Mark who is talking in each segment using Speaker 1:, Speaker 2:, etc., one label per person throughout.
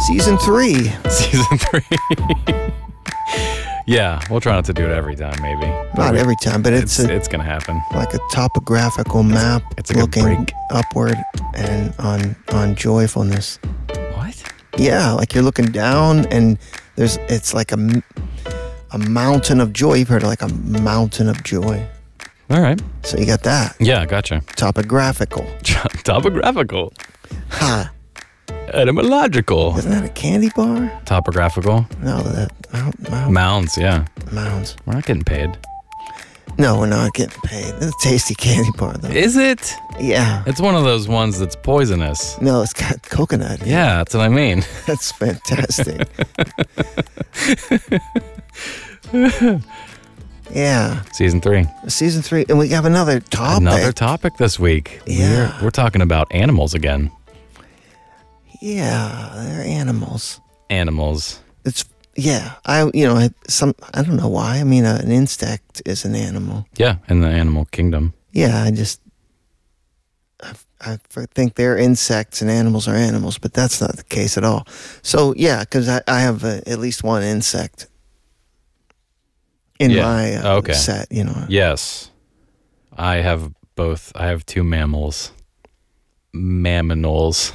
Speaker 1: Season three.
Speaker 2: Season three. yeah, we'll try not to do it every time, maybe.
Speaker 1: Not every time, but it's,
Speaker 2: It's
Speaker 1: a,
Speaker 2: it's gonna happen.
Speaker 1: like a topographical map
Speaker 2: it's like a
Speaker 1: looking
Speaker 2: break.
Speaker 1: upward and on on joyfulness.
Speaker 2: What?
Speaker 1: Yeah, like you're looking down and there's it's like a m- a mountain of joy. You've heard of like a mountain of joy.
Speaker 2: All right.
Speaker 1: So you got that
Speaker 2: Yeah, gotcha.
Speaker 1: topographical.
Speaker 2: Topographical,
Speaker 1: Ha!
Speaker 2: etymological,
Speaker 1: Isn't that a candy bar?
Speaker 2: topographical
Speaker 1: No, that mount, mount,
Speaker 2: mounds. Yeah,
Speaker 1: mounds.
Speaker 2: we're not getting paid.
Speaker 1: No, we're not getting paid. It's a tasty candy bar though.
Speaker 2: Is it?
Speaker 1: yeah.
Speaker 2: It's one of those ones that's poisonous.
Speaker 1: No, it's got coconut. in it.
Speaker 2: Yeah, that's what I mean.
Speaker 1: That's fantastic. yeah.
Speaker 2: Season three.
Speaker 1: Season three. And we have another topic.
Speaker 2: Another topic this week.
Speaker 1: Yeah.
Speaker 2: We're, we're talking about animals again.
Speaker 1: yeah. They're animals.
Speaker 2: Animals.
Speaker 1: It's, yeah. I, you know, I, some, I don't know why. I mean, uh, an insect is an animal.
Speaker 2: Yeah, in the animal kingdom.
Speaker 1: Yeah. I just, I, I think they're insects and animals are animals, but that's not the case at all. So, yeah, because I, I have uh, at least one insect in
Speaker 2: Yeah.
Speaker 1: my uh,
Speaker 2: Oh, okay.
Speaker 1: set, you know.
Speaker 2: Yes. I have both. I have two mammals. Mammals.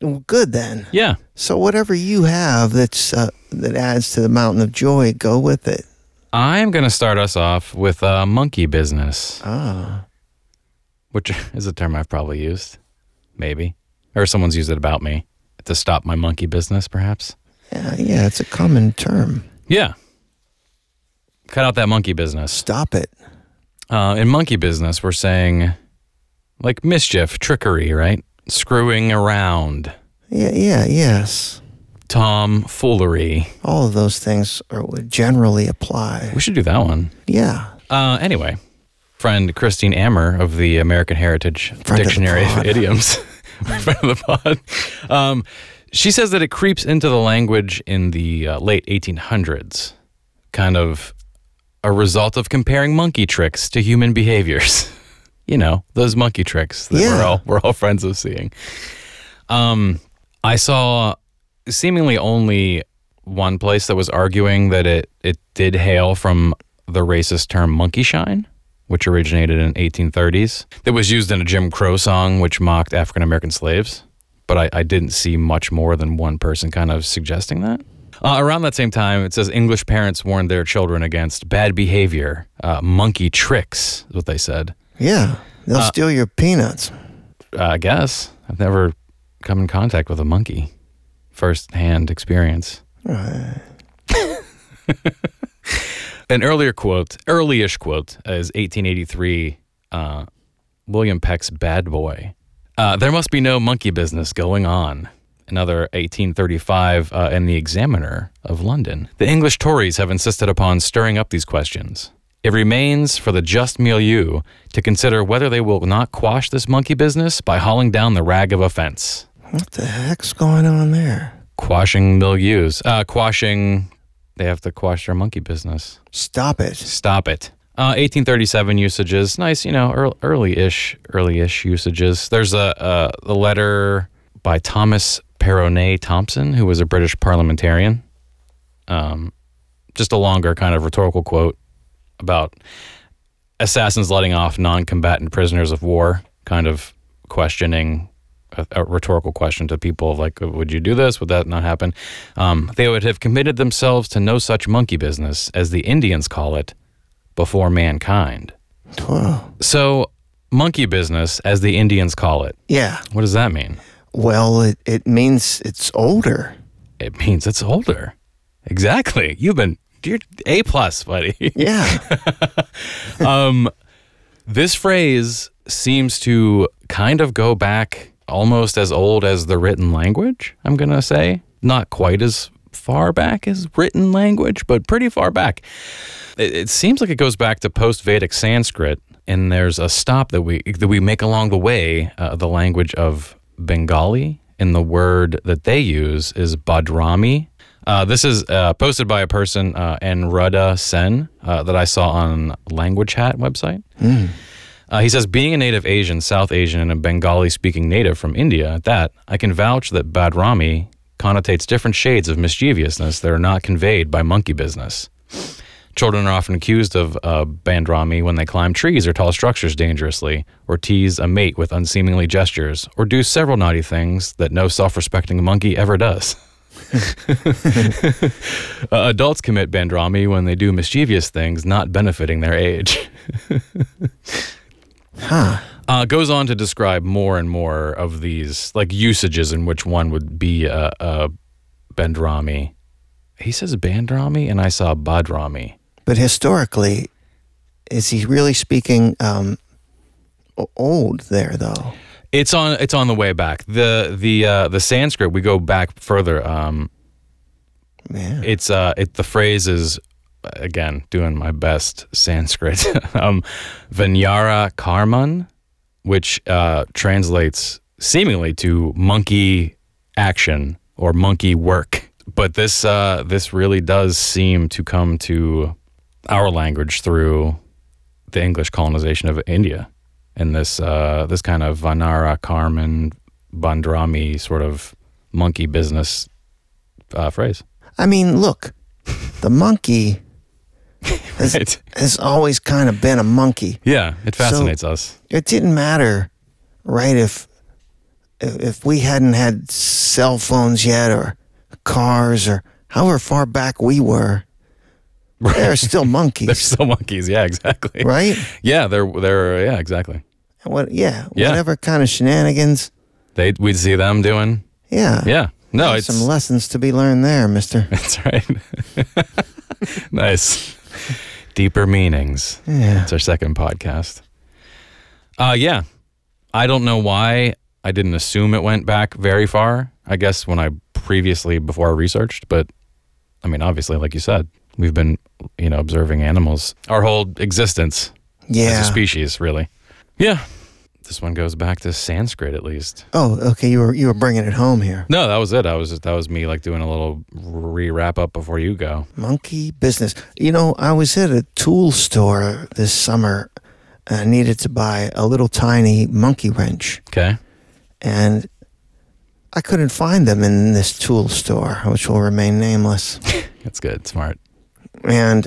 Speaker 1: Well, good then.
Speaker 2: Yeah.
Speaker 1: So whatever you have that's uh, that adds to the mountain of joy, go with it.
Speaker 2: I'm going to start us off with uh, monkey business,
Speaker 1: Ah,
Speaker 2: which is a term I've probably used, maybe. Or someone's used it about me to stop my monkey business, perhaps.
Speaker 1: yeah, yeah, it's a common term.
Speaker 2: Yeah. Cut out that monkey business.
Speaker 1: Stop it.
Speaker 2: Uh, in monkey business, we're saying like mischief, trickery, right? Screwing around,
Speaker 1: Yeah, yeah, yes.
Speaker 2: tomfoolery.
Speaker 1: All of those things are would generally apply.
Speaker 2: We should do that one.
Speaker 1: Yeah,
Speaker 2: Uh, anyway, friend Christine Ammer of the American Heritage
Speaker 1: the
Speaker 2: Dictionary of,
Speaker 1: pod.
Speaker 2: Idioms, friend of the pod, um, she says that it creeps into the language in the uh, late 1800s, kind of a result of comparing monkey tricks to human behaviors. you know, those monkey tricks that we're
Speaker 1: Yeah.
Speaker 2: all we're all friends of seeing. Um, I saw seemingly only one place that was arguing that it it did hail from the racist term monkey shine, which originated in 1830s. That was used in a Jim Crow song which mocked African American slaves. But I, I didn't see much more than one person kind of suggesting that. Uh, around that same time, it says English parents warned their children against bad behavior, uh, monkey tricks, is what they said.
Speaker 1: yeah. They'll steal your peanuts.
Speaker 2: Uh, I guess. I've never come in contact with a monkey. First hand experience.
Speaker 1: Right.
Speaker 2: An earlier quote, earlyish quote, is 1883 uh, William Peck's Bad Boy. Uh, there must be no monkey business going on. Another 1835 uh, in the Examiner of London. The English Tories have insisted upon stirring up these questions. It remains for the just milieu to consider whether they will not quash this monkey business by hauling down the rag of offense.
Speaker 1: What the heck's going on there?
Speaker 2: quashing milieus. Uh, quashing, they have to quash their monkey business.
Speaker 1: Stop it.
Speaker 2: Stop it. Uh, 1837 usages, nice, you know, ear- early-ish, early-ish usages. There's a, a, a letter by Thomas Perronet Thompson, who was a British parliamentarian. Um, just a longer kind of rhetorical quote about assassins letting off non-combatant prisoners of war, kind of questioning a, a rhetorical question to people of like, would you do this? Would that not happen? Um, they would have committed themselves to no such monkey business, as the Indians call it, before mankind.
Speaker 1: Whoa.
Speaker 2: So, monkey business, as the Indians call it,
Speaker 1: Yeah.
Speaker 2: what does that mean?
Speaker 1: Well, it, it means it's older.
Speaker 2: It means it's older. Exactly. You've been you're a plus, buddy.
Speaker 1: Yeah.
Speaker 2: this phrase seems to kind of go back almost as old as the written language, I'm going to say. Not quite as far back as written language, but pretty far back. It, it seems like it goes back to post Vedic Sanskrit, and there's a stop that we, that we make along the way, uh, the language of Bengali, and the word that they use is Badrami. Uh, this is uh, posted by a person, uh, Enruda Sen, uh, that I saw on Language Hat website. Uh, he says, being a native Asian, South Asian, and a Bengali speaking native from India, at that, I can vouch that Badrami connotates different shades of mischievousness that are not conveyed by monkey business. Children are often accused of uh, bandrami when they climb trees or tall structures dangerously, or tease a mate with unseemly gestures, or do several naughty things that no self respecting monkey ever does. Uh, adults commit bandrami when they do mischievous things not benefiting their age.
Speaker 1: Huh.
Speaker 2: Uh, goes on to describe more and more of these like usages in which one would be a, a bandrami. He says bandrami, and I saw badrami.
Speaker 1: But historically, is he really speaking um, o- old there though?
Speaker 2: It's on. It's on the way back. the the uh, The Sanskrit. We go back further. Um,
Speaker 1: Yeah.
Speaker 2: it's uh it the phrase is again doing my best sanskrit um vinyara karman which uh translates seemingly to monkey action or monkey work but this uh this really does seem to come to our language through the english colonization of india and this uh this kind of vanara karman bandrami sort of monkey business uh, phrase
Speaker 1: I mean, look, the monkey has,
Speaker 2: Right.
Speaker 1: has always kind of been a monkey.
Speaker 2: Yeah, it fascinates us.
Speaker 1: It didn't matter, right? If if we hadn't had cell phones yet, or cars, or however far back we were, they there are still
Speaker 2: They're
Speaker 1: monkeys,
Speaker 2: still monkeys. Yeah, exactly.
Speaker 1: right?
Speaker 2: Yeah, they're they're yeah, exactly.
Speaker 1: What? Yeah,
Speaker 2: Yeah.
Speaker 1: whatever kind of shenanigans.
Speaker 2: They we'd see them doing.
Speaker 1: Yeah,
Speaker 2: Yeah. No,
Speaker 1: There's
Speaker 2: it's
Speaker 1: some lessons to be learned there, Mister.
Speaker 2: that's right. nice. Deeper meanings.
Speaker 1: Yeah.
Speaker 2: It's our second podcast. Uh yeah. I don't know why I didn't assume it went back very far. I guess when I previously before I researched, but I mean obviously like you said, we've been, you know, observing animals our whole existence. as a
Speaker 1: Yeah.
Speaker 2: species, really. Yeah. This one goes back to Sanskrit, at least.
Speaker 1: Oh, okay. You were you were bringing it home here.
Speaker 2: No, that was it. I was that was me like doing a little re wrap up before you go.
Speaker 1: Monkey business. You know, I was at a tool store this summer. And I needed to buy a little tiny monkey wrench.
Speaker 2: Okay.
Speaker 1: and I couldn't find them in this tool store, which will remain nameless.
Speaker 2: That's good. Smart.
Speaker 1: And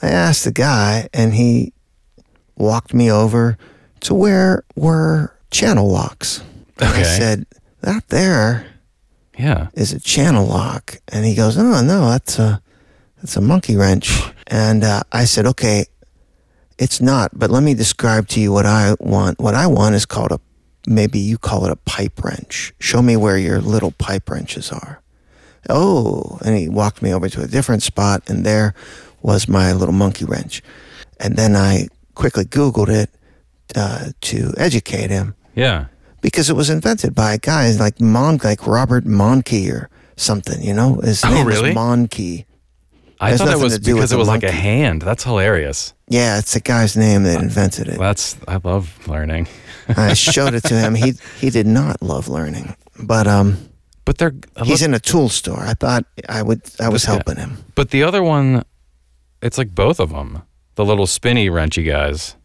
Speaker 1: I asked the guy, and he walked me over to where were channel locks. And I
Speaker 2: Okay.
Speaker 1: said, That there
Speaker 2: Yeah.
Speaker 1: is a channel lock. And he goes, Oh, no, that's a, that's a monkey wrench. And uh, I said, Okay, it's not, but let me describe to you what I want. What I want is called a, maybe you call it a pipe wrench. Show me where your little pipe wrenches are. Oh, and he walked me over to a different spot, and there was my little monkey wrench. And then I quickly Googled it uh, to educate him
Speaker 2: Yeah.
Speaker 1: because it was invented by a guy like Mon, like Robert Monkey or something. You know, his
Speaker 2: Oh,
Speaker 1: name was
Speaker 2: really?
Speaker 1: Monkey.
Speaker 2: I
Speaker 1: Has
Speaker 2: thought it
Speaker 1: nothing
Speaker 2: was
Speaker 1: to do
Speaker 2: because
Speaker 1: with
Speaker 2: it
Speaker 1: the
Speaker 2: was like a
Speaker 1: monkey.
Speaker 2: hand. That's hilarious.
Speaker 1: Yeah, it's the guy's name that invented it.
Speaker 2: That's I love learning.
Speaker 1: I showed it to him. He he did not love learning, but um,
Speaker 2: But they're I
Speaker 1: he's
Speaker 2: look-
Speaker 1: in a tool store. I thought I would. I was
Speaker 2: This guy-
Speaker 1: helping him.
Speaker 2: but the other one, it's like both of them. The little spinny wrenchy guys.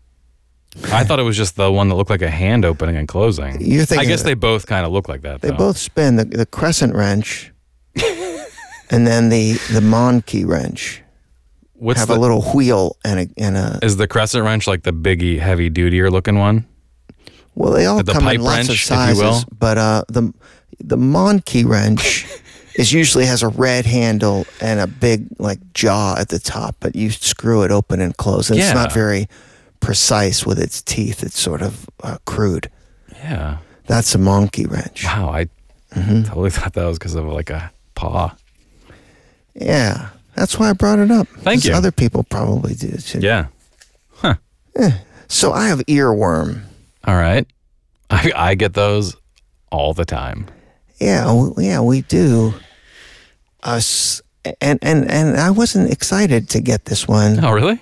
Speaker 2: I thought it was just the one that looked like a hand opening and closing.
Speaker 1: You're thinking
Speaker 2: I guess
Speaker 1: of-
Speaker 2: they both kind of look like that.
Speaker 1: They
Speaker 2: though.
Speaker 1: both spin the, the crescent wrench, and then the the Monkey wrench.
Speaker 2: What's
Speaker 1: Have a
Speaker 2: the,
Speaker 1: little wheel and a and a.
Speaker 2: Is the crescent wrench like the biggie, heavy dutier looking one?
Speaker 1: Well, they all
Speaker 2: The
Speaker 1: come
Speaker 2: pipe
Speaker 1: in lots
Speaker 2: wrench,
Speaker 1: of
Speaker 2: if you
Speaker 1: sizes,
Speaker 2: will.
Speaker 1: but uh, the the Monkey wrench is usually has a red handle and a big like jaw at the top, but you screw it open and close, and
Speaker 2: Yeah.
Speaker 1: it's not very precise with its teeth. It's sort of uh, crude.
Speaker 2: Yeah.
Speaker 1: That's a Monkey wrench.
Speaker 2: Wow. I totally thought that was because of like a paw.
Speaker 1: Yeah, that's why I brought it up.
Speaker 2: Thank
Speaker 1: 'Cause
Speaker 2: you.
Speaker 1: Other people probably do too.
Speaker 2: Yeah.
Speaker 1: So I have earworm.
Speaker 2: All right. I, I get those all the time.
Speaker 1: Yeah, w- yeah, we do. Us and and and I wasn't excited to get this one.
Speaker 2: Oh, really?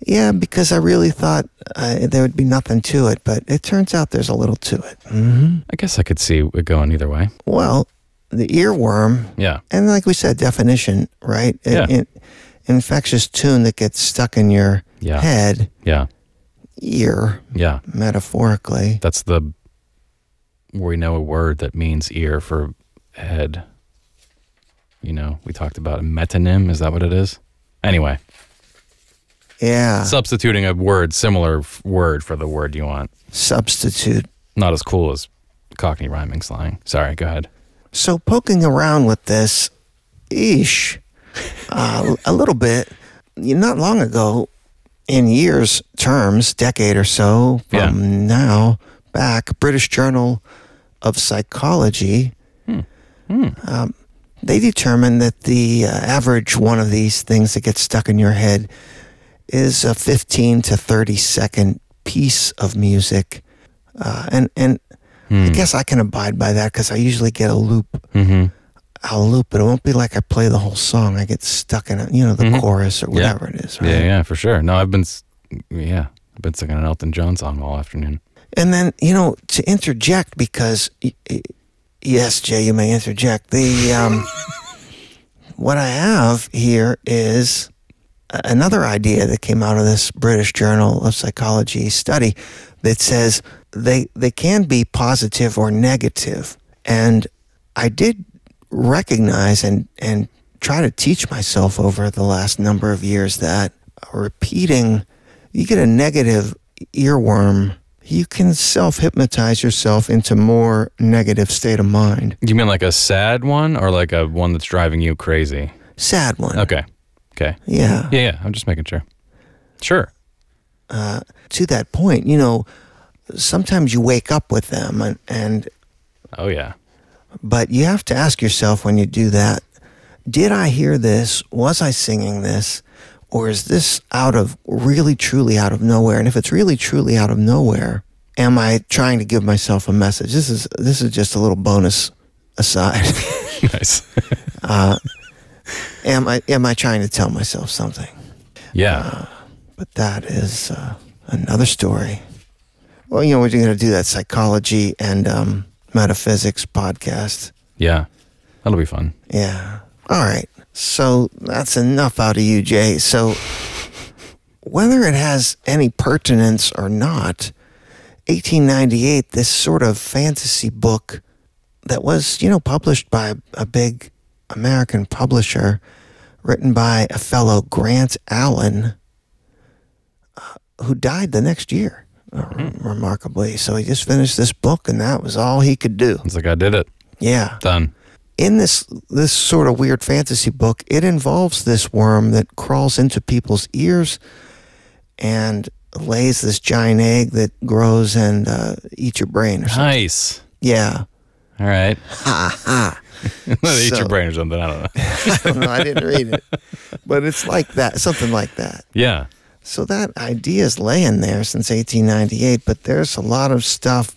Speaker 1: Yeah, because I really thought uh, there would be nothing to it, but it turns out there's a little to it. hmm
Speaker 2: I guess I could see it going either way.
Speaker 1: Well, the earworm,
Speaker 2: Yeah.
Speaker 1: and like we said, definition, right? It-
Speaker 2: Yeah.
Speaker 1: it- infectious tune that gets stuck in your
Speaker 2: Yeah.
Speaker 1: head
Speaker 2: Yeah.
Speaker 1: ear,
Speaker 2: Yeah.
Speaker 1: metaphorically.
Speaker 2: That's the we know a word that means ear for head. You know, we talked about a metonym. Is that what it is? Anyway,
Speaker 1: Yeah.
Speaker 2: substituting a word, similar f- word for the word you want.
Speaker 1: Substitute.
Speaker 2: Not as cool as Cockney rhyming slang. Sorry, go ahead.
Speaker 1: So poking around with this, ish, uh, a little bit. Not long ago, in years terms, decade or so from
Speaker 2: Yeah.
Speaker 1: now back, British Journal of Psychology. Um, they determined that the uh, average one of these things that gets stuck in your head is a 15 to 30 second piece of music. Uh, and and I guess I can abide by that because I usually get a loop.
Speaker 2: Hmm. Mm-hmm.
Speaker 1: I'll loop it. It won't be like I play the whole song. I get stuck in it, you know, the chorus or
Speaker 2: Mm-hmm. Yeah.
Speaker 1: whatever it is.
Speaker 2: Yeah,
Speaker 1: right?
Speaker 2: yeah, for sure. No, I've been, s- yeah, I've been singing an Elton John song all afternoon.
Speaker 1: And then, you know, to interject because y- y- yes, Jay, you may interject. The um, what I have here is a- another idea that came out of this British Journal of Psychology study that says they they can be positive or negative. And I did recognize and and try to teach myself over the last number of years that repeating you get a negative earworm you can self hypnotize yourself into more negative state of mind
Speaker 2: You mean like a sad one or like a one that's driving you crazy?
Speaker 1: sad one
Speaker 2: Okay, okay,
Speaker 1: yeah
Speaker 2: yeah, yeah. I'm just making sure. Sure.
Speaker 1: to that point you know sometimes you wake up with them and, and
Speaker 2: Oh yeah.
Speaker 1: but you have to ask yourself when you do that did i hear this was i singing this or is this out of really truly out of nowhere and if it's really truly out of nowhere am i trying to give myself a message this is this is just a little bonus aside
Speaker 2: nice.
Speaker 1: am i am i trying to tell myself something
Speaker 2: Yeah.
Speaker 1: But that is uh, another story. Well, you know, we're going to do that psychology and um, metaphysics podcast.
Speaker 2: Yeah. That'll be fun.
Speaker 1: Yeah. All right. So that's enough out of you, Jay. So whether it has any pertinence or not, 1898, this sort of fantasy book that was, you know, published by a big American publisher, written by a fellow Grant Allen, uh, who died the next year, uh, remarkably. So he just finished this book, and that was all he could do.
Speaker 2: It's like I did it.
Speaker 1: Yeah
Speaker 2: Done.
Speaker 1: in this this sort of weird fantasy book, it involves this worm that crawls into people's ears and lays this giant egg that grows and uh, eats your brain or something.
Speaker 2: Nice.
Speaker 1: Yeah.
Speaker 2: All right. Ha ha. Eat
Speaker 1: So-
Speaker 2: your brain or something. I don't know.
Speaker 1: I don't know. I didn't read it. But it's like that, something like that.
Speaker 2: Yeah.
Speaker 1: So that idea's laying there since 1898, but there's a lot of stuff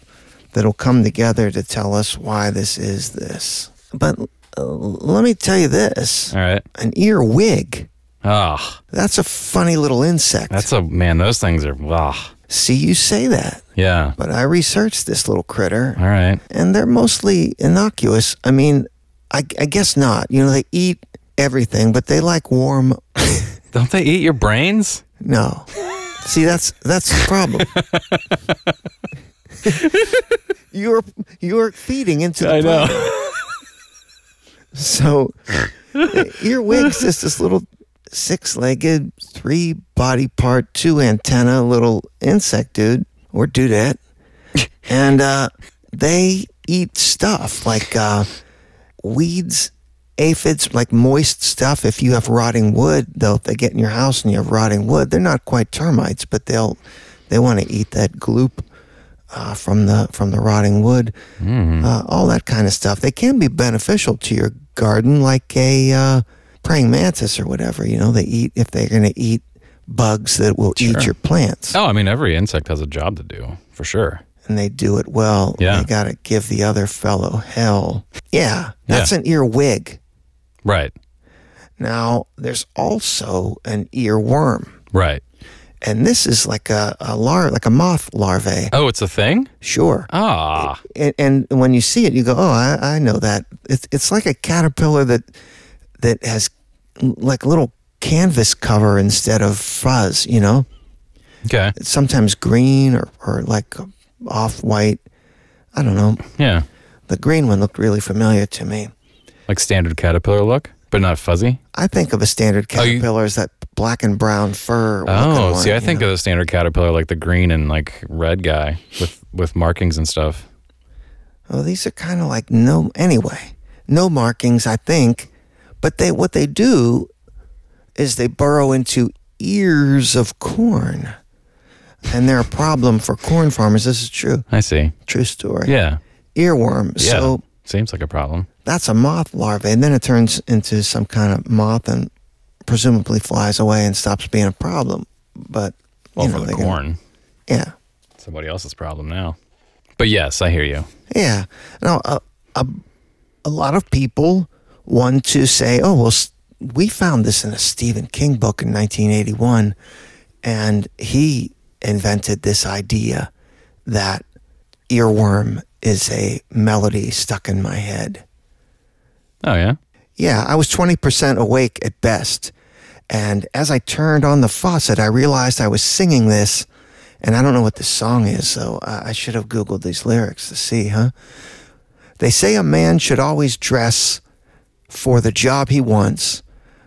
Speaker 1: that'll come together to tell us why this is this. But uh, let me tell you this
Speaker 2: All right.
Speaker 1: an earwig.
Speaker 2: Ah,
Speaker 1: That's a funny little insect.
Speaker 2: that's a man. Those things are. Ah.
Speaker 1: See, you say that,
Speaker 2: Yeah.
Speaker 1: but I researched this little critter,
Speaker 2: All right.
Speaker 1: and they're mostly innocuous. I mean, I, I guess not. You know, they eat everything, but they like warm.
Speaker 2: Don't they eat your brains?
Speaker 1: no, see, that's that's the problem. you're you're feeding into the problem. So, the earwigs is this little six legged, three body part, two antenna little insect dude or dudette. And uh, they eat stuff like uh, weeds, aphids, like moist stuff. If you have rotting wood, though, if they get in your house and you have rotting wood, they're not quite termites, but they'll they want to eat that gloop uh, from the from the rotting wood, uh, all that kind of stuff. They can be beneficial to your garden, like a uh, praying mantis or whatever. You know, they eat if they're going to eat bugs that will eat your plants,
Speaker 2: Oh, I mean, every insect has a job to do for sure.
Speaker 1: and they do it well.
Speaker 2: Yeah.
Speaker 1: they got to give the other fellow hell. Yeah, that's an earwig.
Speaker 2: Right.
Speaker 1: Now, there's also an earworm.
Speaker 2: Right.
Speaker 1: And this is like a, a lar- like a moth larvae.
Speaker 2: Oh, it's a thing.
Speaker 1: Sure.
Speaker 2: Ah.
Speaker 1: and, and when you see it, you go, "Oh, I, I know that." It's it's like a caterpillar that that has like a little canvas cover instead of fuzz, you know.
Speaker 2: Okay.
Speaker 1: It's sometimes green or, or like off white. I don't know.
Speaker 2: Yeah.
Speaker 1: The green one looked really familiar to me.
Speaker 2: Like standard caterpillar look, but not fuzzy.
Speaker 1: I think of a standard
Speaker 2: Oh, you-
Speaker 1: caterpillar as that black and brown fur.
Speaker 2: Oh,
Speaker 1: looking one,
Speaker 2: see, I
Speaker 1: you
Speaker 2: think
Speaker 1: know.
Speaker 2: of the standard caterpillar like the green and like red guy with with markings and stuff.
Speaker 1: Well, Oh, these are kind of like no. Anyway, no markings, I think. But they what they do is they burrow into ears of corn, and they're a problem for corn farmers. This is true,
Speaker 2: I see.
Speaker 1: true story.
Speaker 2: Yeah.
Speaker 1: Earworms.
Speaker 2: Yeah.
Speaker 1: So
Speaker 2: Seems like a problem.
Speaker 1: that's a moth larva, and then it turns into some kind of moth and presumably flies away and stops being a problem. But
Speaker 2: Well,
Speaker 1: you know,
Speaker 2: for the
Speaker 1: they can-
Speaker 2: corn,
Speaker 1: yeah.
Speaker 2: somebody else's problem now. But yes, I hear you.
Speaker 1: Yeah. Now, a, a, a lot of people want to say, oh, well, s- we found this in a Stephen King book in 1981, and he invented this idea that earworm is a melody stuck in my head.
Speaker 2: Oh yeah.
Speaker 1: Yeah, I was 20% awake at best. And as I turned on the faucet, I realized I was singing this. And I don't know what this song is, so I I should have Googled these lyrics to see, huh? They say a man should always dress for the job he wants.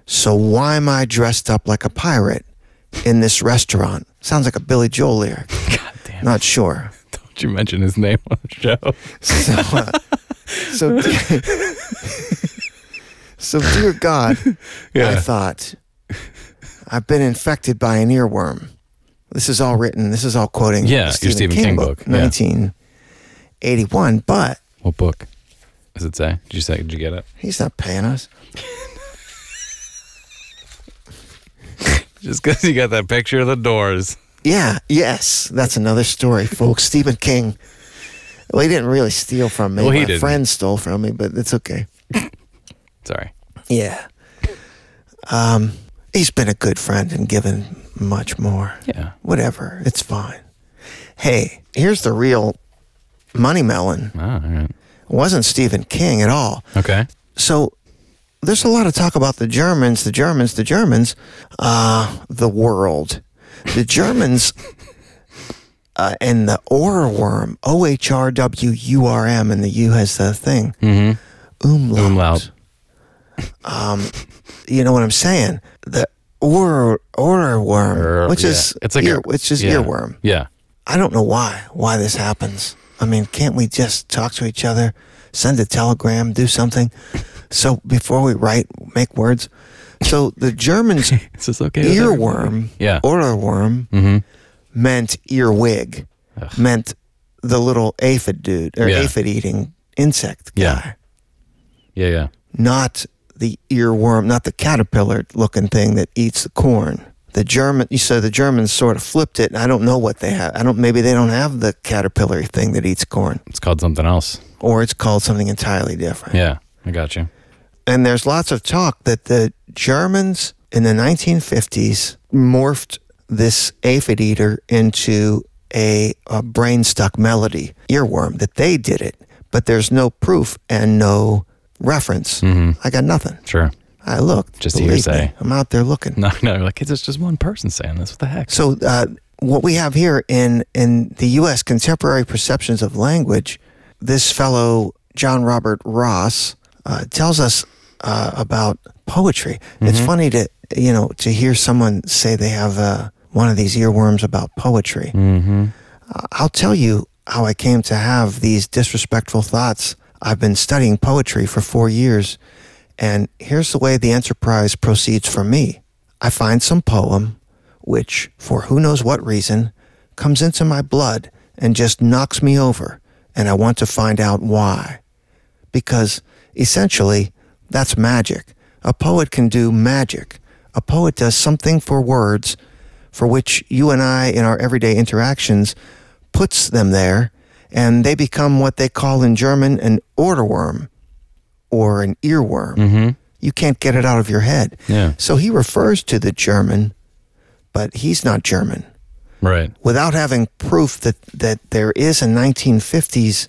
Speaker 1: So why am I dressed up like a pirate in this restaurant? Sounds like a Billy Joel lyric.
Speaker 2: God damn.
Speaker 1: Not sure.
Speaker 2: Don't you mention his name on the show?
Speaker 1: So, uh, so, so, dear God, I thought I've been infected by an earworm. This is all written. This is all quoting.
Speaker 2: Yeah,
Speaker 1: the
Speaker 2: your Stephen King book, yeah.
Speaker 1: nineteen eighty-one. But
Speaker 2: What book? Does it say? Did you say? Did you get it?
Speaker 1: he's not paying us.
Speaker 2: Just because you got that picture of the doors.
Speaker 1: Yeah. Yes, that's another story, folks. Stephen King. Well, he didn't really steal from me.
Speaker 2: Well, he
Speaker 1: My
Speaker 2: didn't.
Speaker 1: friend stole from me, but it's okay.
Speaker 2: Sorry.
Speaker 1: Yeah. Um, he's been a good friend and given much more.
Speaker 2: Yeah.
Speaker 1: Whatever. It's fine. Hey, here's the real money melon.
Speaker 2: Oh, all right.
Speaker 1: It wasn't Stephen King at all.
Speaker 2: Okay.
Speaker 1: So there's a lot of talk about the Germans, the Germans, the Germans, uh, the world. The Germans uh, and the ohrwurm, O H R W U R M, and the U has the thing. Mm-hmm. Umlaut.
Speaker 2: Umlaut.
Speaker 1: You know what I'm saying? The or ohrwurm,
Speaker 2: Er,
Speaker 1: which
Speaker 2: yeah.
Speaker 1: is
Speaker 2: it's like
Speaker 1: ear,
Speaker 2: a,
Speaker 1: which is
Speaker 2: yeah.
Speaker 1: earworm.
Speaker 2: Yeah.
Speaker 1: I don't know why why this happens. I mean, can't we just talk to each other, send a telegram, do something? So before we write, make words. So the Germans
Speaker 2: Is this okay? with everybody?
Speaker 1: earworm,
Speaker 2: Yeah. Mm-hmm.
Speaker 1: orderworm meant earwig, meant the little aphid dude or
Speaker 2: Yeah.
Speaker 1: aphid eating insect guy,
Speaker 2: Yeah. Yeah. Yeah.
Speaker 1: not the earworm, not the caterpillar looking thing that eats the corn. The German, you so the Germans sort of flipped it, and I don't know what they have. I don't. Maybe they don't have the caterpillar thing that eats corn,
Speaker 2: It's called something else.
Speaker 1: or it's called something entirely different.
Speaker 2: Yeah. I got you.
Speaker 1: And there's lots of talk that the Germans in the 1950s morphed this aphid eater into a, a brain stuck melody, earworm, that they did it. But there's no proof and no reference. I got nothing.
Speaker 2: Sure.
Speaker 1: I looked.
Speaker 2: Just
Speaker 1: believe
Speaker 2: hearsay.
Speaker 1: me, I'm out there looking.
Speaker 2: No, no. Like it's just one person saying this. What the heck?
Speaker 1: So uh, what we have here in in the U.S. contemporary perceptions of language, this fellow John Robert Ross uh, tells us uh, about poetry. It's funny to you know to hear someone say they have uh, one of these earworms about poetry. I- I'll tell you how I came to have these disrespectful thoughts. I've been studying poetry for four years, and here's the way the enterprise proceeds for me. I find some poem which, for who knows what reason, comes into my blood and just knocks me over, and I want to find out why. Because essentially, that's magic. A poet can do magic. A poet does something for words for which you and I, in our everyday interactions, puts them there, and they become what they call in German an orderworm or an earworm. You can't get it out of your head.
Speaker 2: Yeah.
Speaker 1: So he refers to the German, but he's not German
Speaker 2: Right.
Speaker 1: without having proof that, that there is a 1950s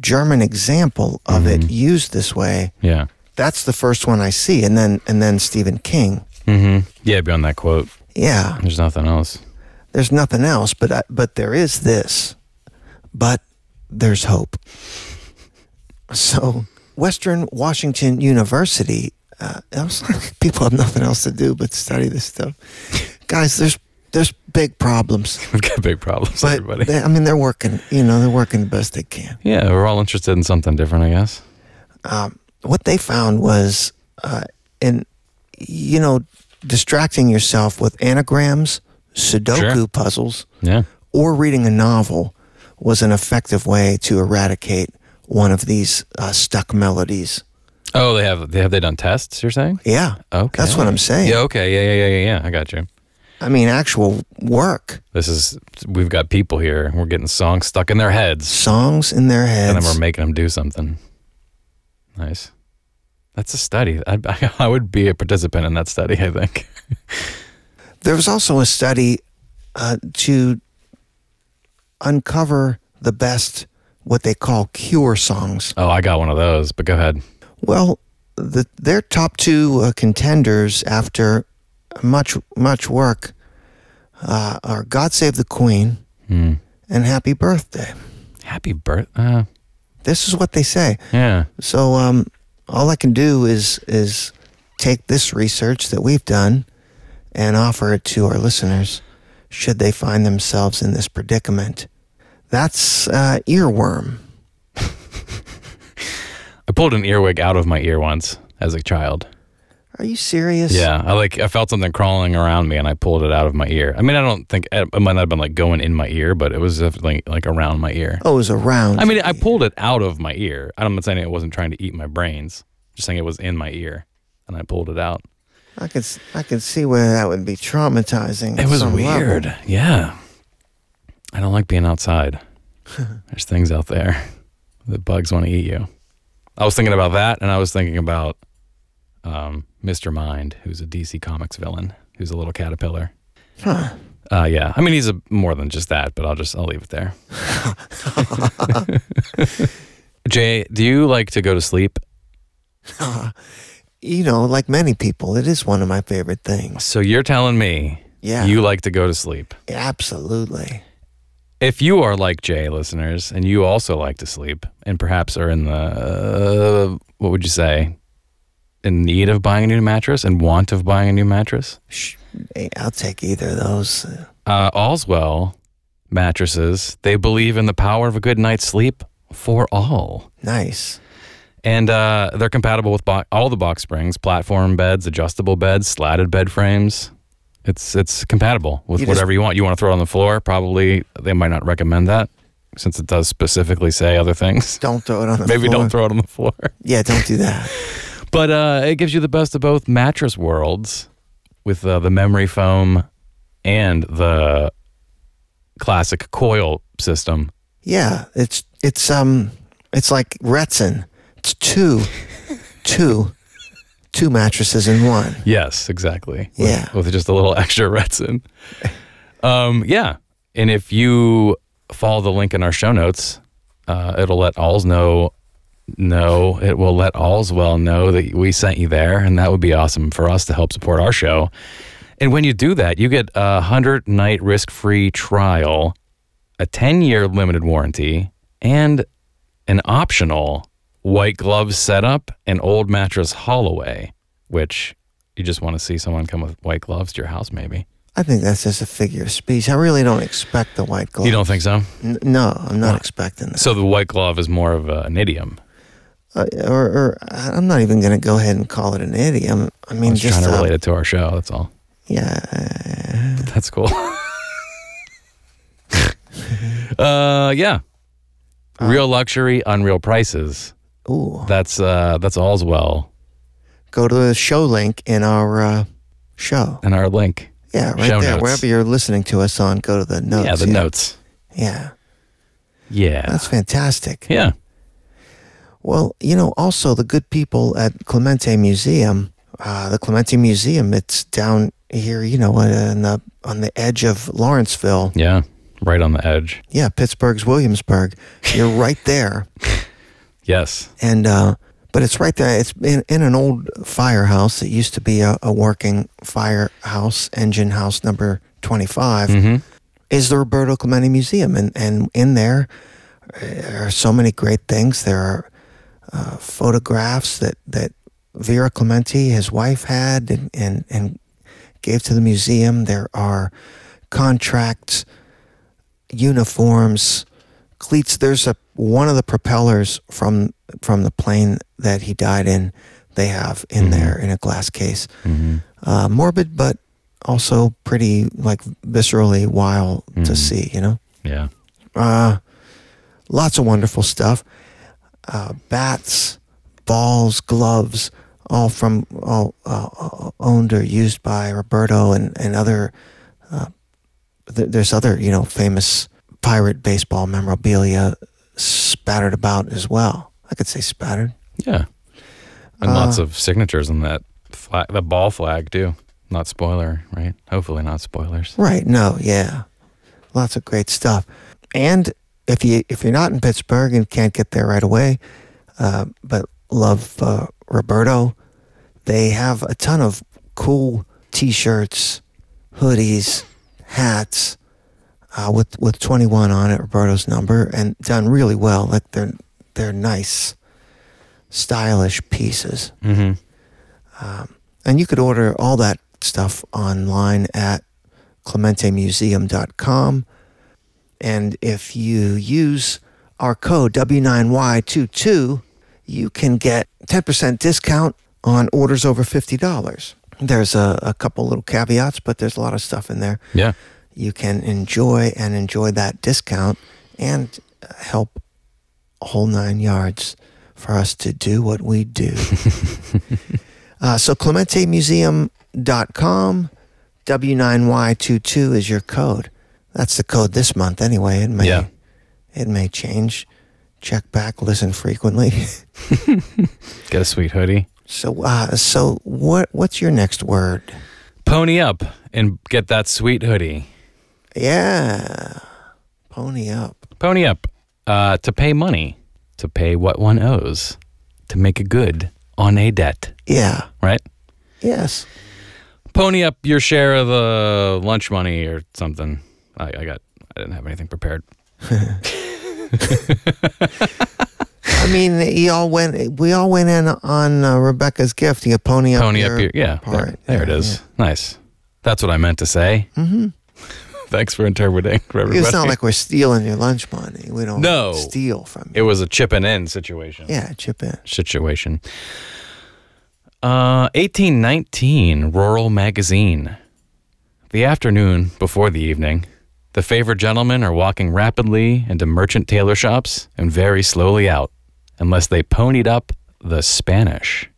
Speaker 1: German example of it used this way.
Speaker 2: Yeah.
Speaker 1: That's the first one I see, and then and then Stephen King.
Speaker 2: Mm-hmm. Yeah. Beyond that quote,
Speaker 1: Yeah,
Speaker 2: there's nothing else.
Speaker 1: There's nothing else, but I, but there is this. But there's hope. So Western Washington University. Uh, I was like, people have nothing else to do but study this stuff. Guys, there's there's big problems,
Speaker 2: We've got big problems,
Speaker 1: but
Speaker 2: everybody.
Speaker 1: they- I mean they're working. You know they're working the best they can.
Speaker 2: yeah, we're all interested in something different, I guess.
Speaker 1: um, what they found was, uh, in you know, distracting yourself with anagrams, Sudoku
Speaker 2: Sure.
Speaker 1: puzzles,
Speaker 2: Yeah.
Speaker 1: or reading a novel was an effective way to eradicate one of these uh, stuck melodies.
Speaker 2: Oh, they have they have they done tests? You're saying?
Speaker 1: Yeah,
Speaker 2: Okay.
Speaker 1: that's what I'm saying.
Speaker 2: Yeah. Okay. Yeah. Yeah. Yeah. Yeah. yeah. I got you.
Speaker 1: I mean, actual work,
Speaker 2: This is we've got people here. We're getting songs stuck in their heads,
Speaker 1: songs in their
Speaker 2: and then
Speaker 1: heads.
Speaker 2: we're making them do something. Nice. That's a study. I, I, I would be a participant in that study. I think.
Speaker 1: There was also a study uh, to uncover the best, what they call cure songs.
Speaker 2: Oh, I got one of those. But go ahead.
Speaker 1: Well, the, their top two uh, contenders after much much work uh, are "God Save the Queen"
Speaker 2: Hmm.
Speaker 1: and "Happy Birthday."
Speaker 2: Happy birth. Uh,
Speaker 1: This is what they say.
Speaker 2: yeah.
Speaker 1: So, um, all I can do is is take this research that we've done and offer it to our listeners, should they find themselves in this predicament. That's uh, earworm.
Speaker 2: I pulled an earwig out of my ear once as a child.
Speaker 1: Are you serious?
Speaker 2: Yeah, I like I felt something crawling around me, and I pulled it out of my ear. I mean, I don't think it might not have been like going in my ear, but it was definitely like around my ear.
Speaker 1: Oh, it was around.
Speaker 2: I mean, I pulled it out of my ear. I'm not saying it wasn't trying to eat my brains. Just saying it was in my ear, and I pulled it out.
Speaker 1: I could s- I could see where that would be traumatizing.
Speaker 2: It
Speaker 1: at
Speaker 2: was
Speaker 1: some level.
Speaker 2: weird. Yeah, I don't like being outside. There's things out there that bugs want to eat you. I was thinking about that, and I was thinking about um, Mr. Mind, who's a DC Comics villain, who's a little caterpillar.
Speaker 1: Huh.
Speaker 2: Uh, yeah, I mean he's a, more than just that, but I'll just I'll leave it there. Jay, do you like to go to sleep?
Speaker 1: You know, like many people, it is one of my favorite things.
Speaker 2: So you're telling me
Speaker 1: Yeah.
Speaker 2: you like to go to sleep.
Speaker 1: Absolutely.
Speaker 2: If you are like Jay, listeners, and you also like to sleep, and perhaps are in the uh, what would you say, in need of buying a new mattress and want of buying a new mattress,
Speaker 1: Sh- hey, I'll take either of those.
Speaker 2: uh, all's well. Mattresses, they believe in the power of a good night's sleep for all.
Speaker 1: Nice.
Speaker 2: And uh, they're compatible with bo- all the box springs, platform beds, adjustable beds, slatted bed frames. It's it's compatible with
Speaker 1: You just-
Speaker 2: whatever you want. You want to throw it on the floor? Probably they might not recommend that since it does specifically say other things.
Speaker 1: Don't throw it on the
Speaker 2: Maybe
Speaker 1: floor.
Speaker 2: don't throw it on the floor.
Speaker 1: Yeah, don't do that.
Speaker 2: But uh, it gives you the best of both mattress worlds with uh, the memory foam and the classic coil system.
Speaker 1: Yeah, it's it's um it's like Retsin. It's two two two mattresses in one.
Speaker 2: Yes, exactly. With,
Speaker 1: Yeah.
Speaker 2: with just a little extra retin. Um, yeah, and if you follow the link in our show notes, uh, it'll let alls know. No, it will let alls well know that we sent you there, and that would be awesome for us to help support our show. And when you do that, you get a hundred night risk free trial, a ten year limited warranty, and an optional white glove setup and old mattress haul away, which you just want to see someone come with white gloves to your house, maybe.
Speaker 1: I think that's just a figure of speech. I really don't expect the white glove.
Speaker 2: You don't think so?
Speaker 1: N- no, I'm not expecting that.
Speaker 2: So the white glove is more of a, an idiom.
Speaker 1: Uh, or, or I'm not even going to go ahead and call it an idiom. I mean,
Speaker 2: I'm just
Speaker 1: just
Speaker 2: trying to
Speaker 1: uh,
Speaker 2: relate it to our show. That's all.
Speaker 1: yeah.
Speaker 2: But that's cool. uh, yeah. Real luxury, unreal prices.
Speaker 1: Ooh,
Speaker 2: That's uh, that's all's well.
Speaker 1: go to the show link in our uh, show.
Speaker 2: And our link.
Speaker 1: Yeah, right
Speaker 2: Show
Speaker 1: there.
Speaker 2: notes.
Speaker 1: Wherever you're listening to us on, go to the notes.
Speaker 2: yeah, the notes.
Speaker 1: Yeah,
Speaker 2: Yeah.
Speaker 1: that's fantastic.
Speaker 2: Yeah.
Speaker 1: Well, you know, also the good people at Clemente Museum, uh, the Clemente Museum, it's down here, you know, on the, on the edge of Lawrenceville.
Speaker 2: Yeah. Right on the edge.
Speaker 1: Yeah, Pittsburgh's Williamsburg. You're right there.
Speaker 2: Yes.
Speaker 1: and uh, but it's right there. It's in, in an old firehouse that used to be a, a working firehouse, engine house number 25
Speaker 2: Mm-hmm.
Speaker 1: is the Roberto Clemente Museum, and and in there uh, are so many great things. There are uh, photographs that that Vera Clementi, his wife, had and and, and gave to the museum. There are contracts, uniforms, cleats. There's a one of the propellers from from the plane that he died in. They have in there in a glass case.
Speaker 2: Mm-hmm.
Speaker 1: Uh, morbid, but also pretty like viscerally wild to see. You know,
Speaker 2: Yeah.
Speaker 1: uh, lots of wonderful stuff. Uh, bats, balls, gloves, all from all uh, owned or used by Roberto and and other. Uh, th- there's other you know famous pirate baseball memorabilia spattered about as well. I could say spattered.
Speaker 2: Yeah. And lots of signatures on that flag, the ball flag too. Not spoiler, right? Hopefully not spoilers.
Speaker 1: Right. No. Yeah. Lots of great stuff. And if you if you're not in Pittsburgh and can't get there right away, uh, but love uh, Roberto, they have a ton of cool T-shirts, hoodies, hats uh, with with 21 on it, Roberto's number, and done really well. Like they're they're nice, stylish pieces.
Speaker 2: Mm-hmm.
Speaker 1: And you could order all that stuff online at clementemuseum.com. And if you use our code W9Y22, you can get 10% discount on orders over $50. There's a, a couple little caveats, but there's a lot of stuff in there.
Speaker 2: Yeah.
Speaker 1: You can enjoy and enjoy that discount and help whole nine yards for us to do what we do. Uh, so clementemuseum.com W9Y22 is your code. That's the code this month anyway. It may
Speaker 2: Yeah.
Speaker 1: it may change. Check back, listen frequently.
Speaker 2: Get a sweet hoodie.
Speaker 1: so uh, so what what's your next word?
Speaker 2: Pony up and get that sweet hoodie.
Speaker 1: Yeah. Pony up.
Speaker 2: Pony up. Uh, to pay money. To pay what one owes. To make a good on a debt.
Speaker 1: Yeah.
Speaker 2: Right?
Speaker 1: Yes.
Speaker 2: Pony up your share of the lunch money or something. I, I got I didn't have anything prepared.
Speaker 1: I mean, you all went we all went in on uh, Rebecca's gift. You pony up
Speaker 2: Pony
Speaker 1: your
Speaker 2: up your yeah. There,
Speaker 1: part.
Speaker 2: there it
Speaker 1: Yeah,
Speaker 2: is. Nice. That's what I meant to say. Mm-hmm. Thanks for interpreting for everybody.
Speaker 1: It's not like we're stealing your lunch money. We don't
Speaker 2: No.
Speaker 1: steal from you.
Speaker 2: it was a chipping in situation.
Speaker 1: yeah, chip in.
Speaker 2: Situation. Uh, eighteen nineteen. Rural magazine. The afternoon before the evening, the favored gentlemen are walking rapidly into merchant tailor shops and very slowly out, unless they ponied up the Spanish.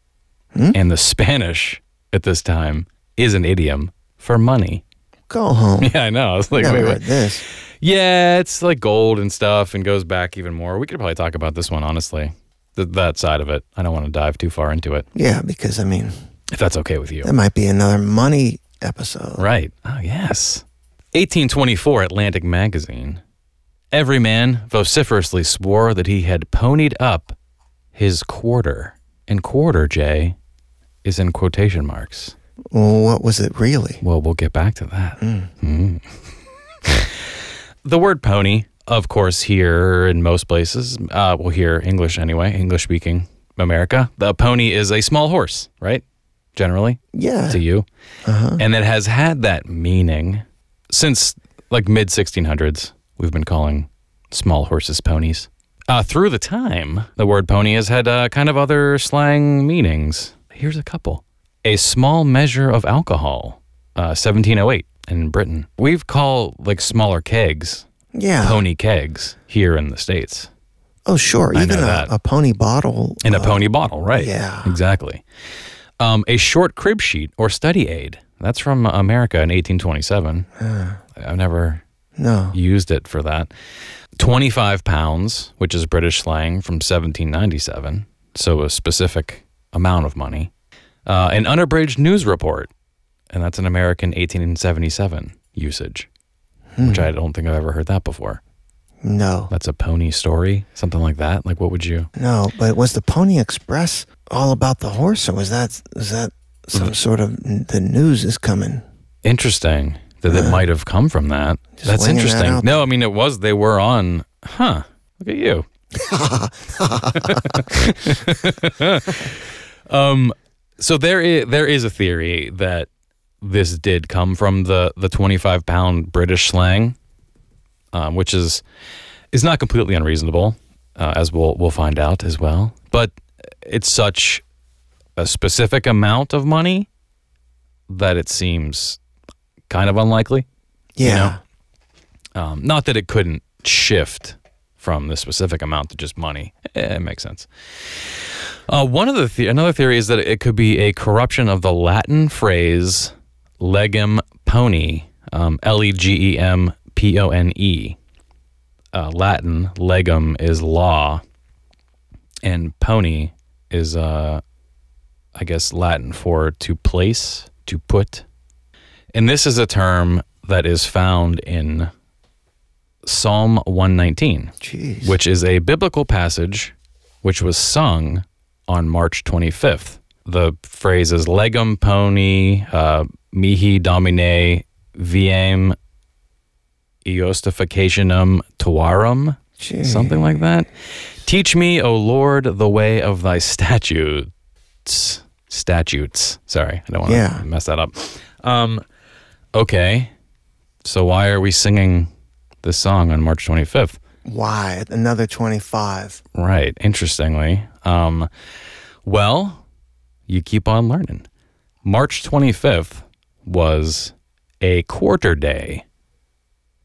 Speaker 2: And the Spanish at this time is an idiom for money.
Speaker 1: Go home.
Speaker 2: Yeah, I know. I was like,
Speaker 1: Never
Speaker 2: wait,
Speaker 1: read
Speaker 2: wait.
Speaker 1: this.
Speaker 2: Yeah, it's like gold and stuff and goes back even more. We could probably talk about this one, honestly. Th- that side of it. I don't want to dive too far into it,
Speaker 1: Yeah, because I mean,
Speaker 2: if that's okay with you.
Speaker 1: that might be another money episode.
Speaker 2: Right. Oh, yes. 1824 Atlantic Magazine. Every man vociferously swore that he had ponied up his quarter. And quarter, Jay, is in quotation marks.
Speaker 1: Well, what was it really?
Speaker 2: Well, we'll get back to that. Mm. the word pony, of course, here in most places, uh, well, here, English anyway, English speaking America, the pony is a small horse, right? Generally,
Speaker 1: Yeah.
Speaker 2: to you. And it has had that meaning since like mid 1600s. We've been calling small horses ponies. Uh, through the time, the word pony has had uh, kind of other slang meanings. Here's a couple a small measure of alcohol, uh, 1708 in Britain. We've called like smaller kegs,
Speaker 1: Yeah.
Speaker 2: pony kegs here in the States.
Speaker 1: Oh, sure. Even
Speaker 2: know
Speaker 1: a,
Speaker 2: that.
Speaker 1: a pony bottle.
Speaker 2: In a pony bottle, right?
Speaker 1: yeah.
Speaker 2: Exactly. Um, a short crib sheet or study aid. That's from America in 1827. I've never
Speaker 1: No.
Speaker 2: used it for that. 25 pounds, which is British slang from 1797. So a specific amount of money. Uh, an unabridged news report. And that's an American 1877 usage, which I don't think I've ever heard that before.
Speaker 1: No.
Speaker 2: That's a pony story, something like that. Like, what would you?
Speaker 1: No. But was the Pony Express all about the horse, or was that was that some sort of the news is coming?
Speaker 2: Interesting. that it might have come from that.
Speaker 1: Just
Speaker 2: That's
Speaker 1: winging that
Speaker 2: interesting.
Speaker 1: out
Speaker 2: no, I mean it was they were on. Huh. Look at you. um so there is there is a theory that this did come from the the 25 pound British slang um, which is is not completely unreasonable uh, as we'll we'll find out as well. But it's such a specific amount of money that it seems kind of unlikely.
Speaker 1: Yeah.
Speaker 2: know? Um, not that it couldn't shift from the specific amount to just money. Eh, It makes sense. Uh, one of the the- another theory is that it could be a corruption of the Latin phrase "legem poni," um, L E G E M P O N E. Uh, Latin "legum" is law, and "pony" is, uh, I guess, Latin for to place, to put. And this is a term that is found in Psalm 119
Speaker 1: Jeez.
Speaker 2: which is a biblical passage which was sung on March 25th. The phrase is legum poni uh, mihi domine viam eostificationem tuarum,
Speaker 1: Jeez.
Speaker 2: something like that. Teach me, O Lord, the way of thy statutes. Statutes. Sorry, I don't want to
Speaker 1: Yeah.
Speaker 2: mess that up. Um, okay, so why are we singing this song on March 25th?
Speaker 1: Why? Another 25.
Speaker 2: Right. Interestingly. Um, well, you keep on learning. March 25th was a quarter day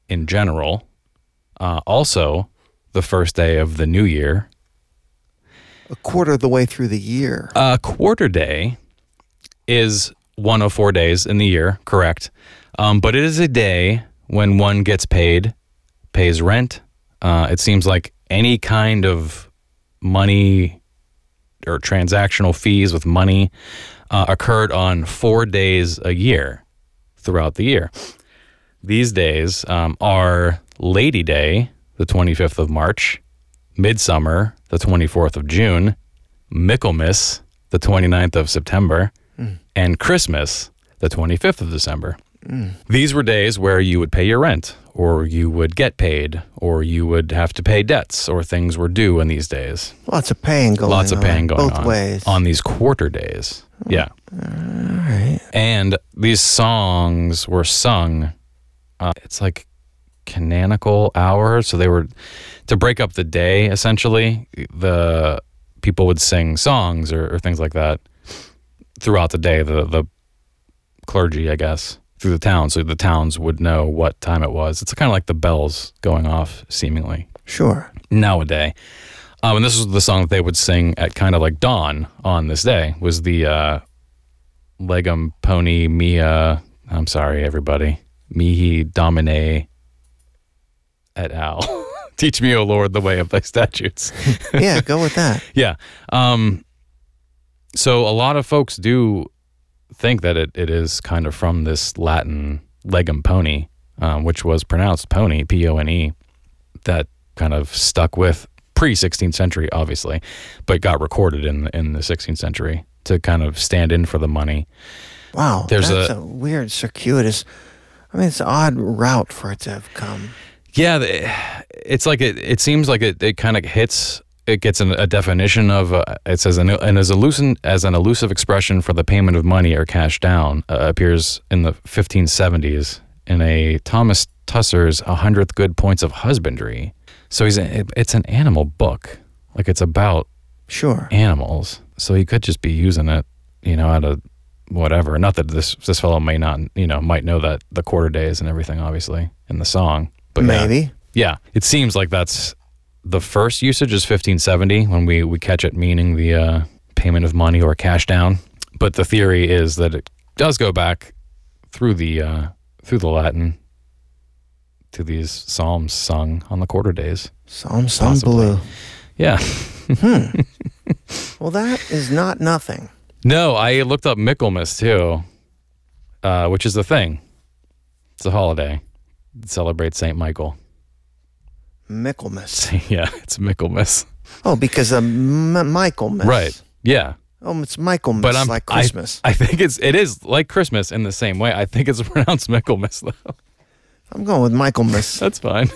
Speaker 2: in general. Uh, also, the first day of the new year.
Speaker 1: A quarter of the way through the year.
Speaker 2: A quarter day is 104 days in the year, correct. Um, but it is a day when one gets paid, pays rent. Uh, it seems like any kind of money or transactional fees with money uh, occurred on four days a year throughout the year. These days um, are Lady Day, the 25th of March, Midsummer, the 24th of June, Michaelmas, the 29th of September, and Christmas, the 25th of December. These were days where you would pay your rent, or you would get paid, or you would have to pay debts, or things were due in these days.
Speaker 1: Lots of pain going
Speaker 2: Lots
Speaker 1: on.
Speaker 2: of pain going
Speaker 1: both
Speaker 2: on
Speaker 1: ways.
Speaker 2: on these quarter days. Yeah.
Speaker 1: All right.
Speaker 2: And these songs were sung. Uh, it's like canonical hour, so they were to break up the day. Essentially, the people would sing songs or, or things like that throughout the day. The the clergy, I guess, through the town, so the towns would know what time it was. It's kind of like the bells going off, seemingly
Speaker 1: Sure.
Speaker 2: nowadays. Um, and this was the song that they would sing at kind of like dawn on this day was the uh, Legum Pony Mia. I'm sorry, everybody. Mihi Domine et al. Teach me, O Lord, the way of thy statutes.
Speaker 1: Yeah, go with that.
Speaker 2: yeah. Um, so a lot of folks do think that it, it is kind of from this Latin legum pony, um, which was pronounced pony, P O N E, that kind of stuck with pre 16th century, obviously, but got recorded in, in the 16th century to kind of stand in for the money.
Speaker 1: Wow.
Speaker 2: There's
Speaker 1: that's
Speaker 2: a-
Speaker 1: a, weird, circuitous. I mean, it's an odd route for it to have come.
Speaker 2: Yeah, th- it's like it. It seems like it. It kind of hits. It gets an, a definition of. Uh, it says an, an as elusive as an elusive expression for the payment of money or cash down uh, appears in the 1570s in a Thomas Tusser's A Hundredth Good Points of Husbandry. So he's. A, it's an animal book. Like it's about
Speaker 1: Sure.
Speaker 2: animals. So he could just be using it, you know, out of whatever. Not that this this fellow may not, you know, might know that the quarter days and everything, obviously, in the song. But yeah.
Speaker 1: Maybe.
Speaker 2: Yeah, it seems like that's the first usage is 1570 when we, we catch it meaning the uh, payment of money or cash down. But the theory is that it does go back through the uh, through the Latin to these psalms sung on the quarter days.
Speaker 1: Psalm, Psalm
Speaker 2: Possibly.
Speaker 1: Blue.
Speaker 2: Yeah.
Speaker 1: Well, that is not nothing.
Speaker 2: No, I looked up Michaelmas too, uh, which is the thing. It's a holiday. It celebrates Saint Michael.
Speaker 1: Michaelmas.
Speaker 2: yeah, it's Michaelmas.
Speaker 1: Oh, because of M- Michaelmas.
Speaker 2: Right. Yeah.
Speaker 1: Oh, it's Michael.
Speaker 2: But I'm
Speaker 1: like
Speaker 2: I-
Speaker 1: Christmas.
Speaker 2: I, think it's it is like Christmas in the same way. I think it's pronounced Michaelmas though.
Speaker 1: I, am going with Michaelmas.
Speaker 2: That's fine.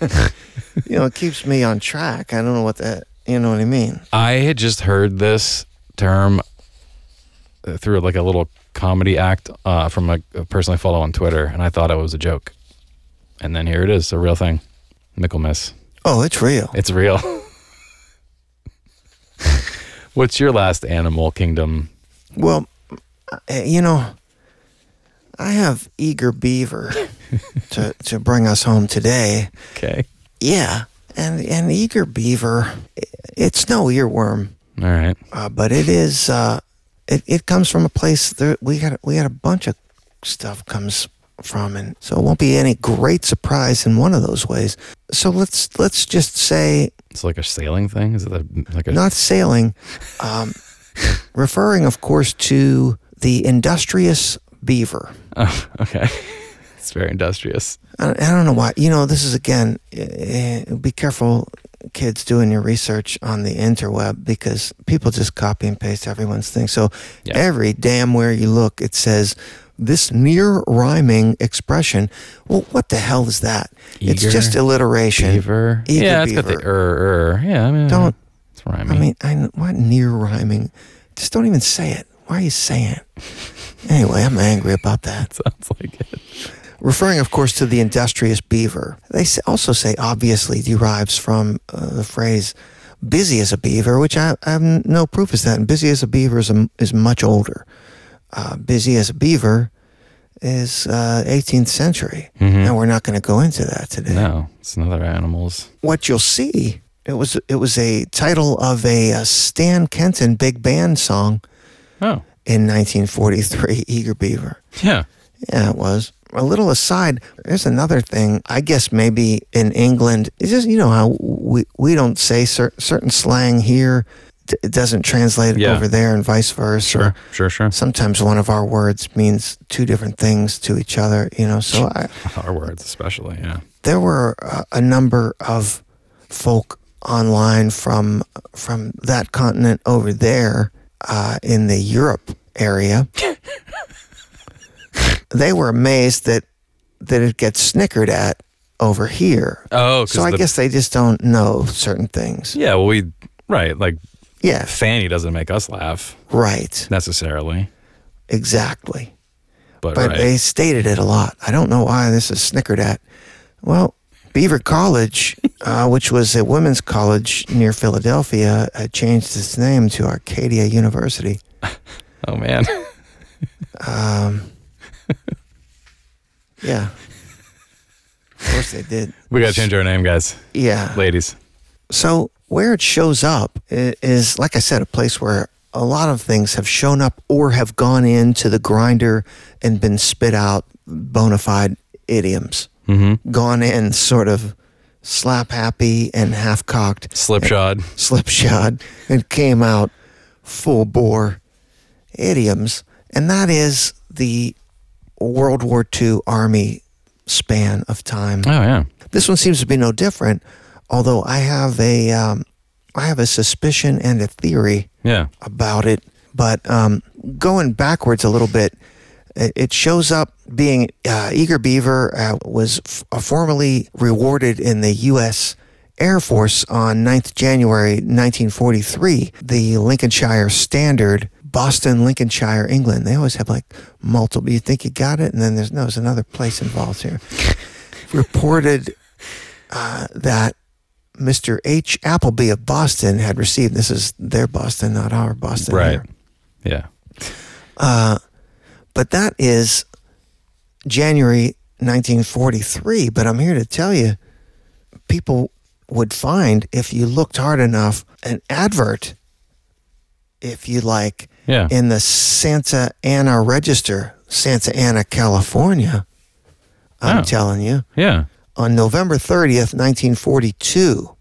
Speaker 1: you know, it keeps me on track. I don't know what that. You know what I mean?
Speaker 2: I had just heard this term uh, through like a little comedy act uh, from a, a person I follow on Twitter, and I thought it was a joke. And then here it is, a real thing. Michaelmas.
Speaker 1: Oh, it's real.
Speaker 2: It's real. What's your last animal kingdom?
Speaker 1: Well, uh, you know, I have eager beaver to to bring us home today.
Speaker 2: Okay.
Speaker 1: Yeah, and and eager beaver, i- it's no earworm,
Speaker 2: All right.
Speaker 1: uh, but it is. Uh, it it comes from a place there. We got we got a bunch of stuff comes from, and so it won't be any great surprise in one of those ways. So let's let's just say
Speaker 2: It's like a sailing thing. Is it a, like a?
Speaker 1: not sailing, um, referring of course to the industrious beaver.
Speaker 2: Oh, okay. it's very industrious.
Speaker 1: I I don't know why. You know, this is again. eh, eh, Be careful, kids, doing your research on the interweb because people just copy and paste everyone's thing. So
Speaker 2: Yeah.
Speaker 1: every damn where you look, it says this near rhyming expression. Well, what the hell is that?
Speaker 2: Eager
Speaker 1: it's just alliteration.
Speaker 2: Beaver.
Speaker 1: Eager
Speaker 2: yeah, it's got the
Speaker 1: beaver.
Speaker 2: er er. Yeah, I mean,
Speaker 1: Don't-
Speaker 2: It's rhyming.
Speaker 1: I mean, I what near rhyming? Just don't even say it. Why are you saying it? Anyway, I'm angry about that.
Speaker 2: sounds like it.
Speaker 1: referring, of course, to the industrious beaver. They s- also say obviously derives from uh, the phrase "busy as a beaver," which I, I have n- no proof is that. And "Busy as a beaver" is, a, is much older. Uh, "Busy as a beaver" is uh, 18th century, and we're not going to go into that today.
Speaker 2: No, it's another animals.
Speaker 1: What you'll see it was it was a title of a, uh Stan Kenton big band song
Speaker 2: Oh,
Speaker 1: in 1943, "Eager Beaver."
Speaker 2: yeah.
Speaker 1: Yeah, it was. A little aside, there's another thing. I guess maybe in England, it's just you know how we we don't say cer- certain slang here. D- it doesn't translate
Speaker 2: Yeah.
Speaker 1: over there, and vice versa.
Speaker 2: Sure, sure, sure.
Speaker 1: Sometimes one of our words means two different things to each other. You know, so I,
Speaker 2: Our words, especially. Yeah.
Speaker 1: there were a, a number of folk online from from that continent over there uh, in the Europe area. they were amazed that that it gets snickered at over here.
Speaker 2: Oh,
Speaker 1: so I guess they just don't know certain things.
Speaker 2: Yeah. Well, we right like
Speaker 1: Yeah,
Speaker 2: Fanny doesn't make us laugh
Speaker 1: right,
Speaker 2: necessarily,
Speaker 1: exactly.
Speaker 2: but,
Speaker 1: but
Speaker 2: right.
Speaker 1: they stated it a lot. I don't know why this is snickered at. Well, Beaver College, uh, which was a women's college near Philadelphia, had changed its name to Arcadia University.
Speaker 2: oh man.
Speaker 1: Yeah. Of course they did.
Speaker 2: We gotta change our name, guys,
Speaker 1: Yeah.
Speaker 2: ladies.
Speaker 1: So where it shows up i- is, like I said, a place where a lot of things have shown up or have gone into the grinder and been spit out bona fide idioms. Mm-hmm. Gone in sort of slap happy and half cocked,
Speaker 2: Slipshod.
Speaker 1: slipshod, and came out full bore idioms. And that is the World War II Army span of time.
Speaker 2: Oh yeah.
Speaker 1: This one seems to be no different, although I have a um, I have a suspicion and a theory
Speaker 2: Yeah.
Speaker 1: about it. But um, going backwards a little bit, it, it shows up being uh, Eager Beaver uh, was f- uh, formally rewarded in the U.S. Air Force on 9th January 1943. The Lincolnshire Standard, Boston, Lincolnshire, England. They always have like multiple. You think you got it, and then there's no. There's another place involved here. Reported uh, that Mr. H. Appleby of Boston had received. This is their Boston, not our Boston.
Speaker 2: Right.
Speaker 1: here.
Speaker 2: Yeah.
Speaker 1: But that is January 1943. But I'm here to tell you, people would find if you looked hard enough an advert, if you like,
Speaker 2: Yeah.
Speaker 1: in the Santa Ana Register, Santa Ana, California. I'm
Speaker 2: Oh.
Speaker 1: telling you.
Speaker 2: Yeah.
Speaker 1: On November 30th, 1942,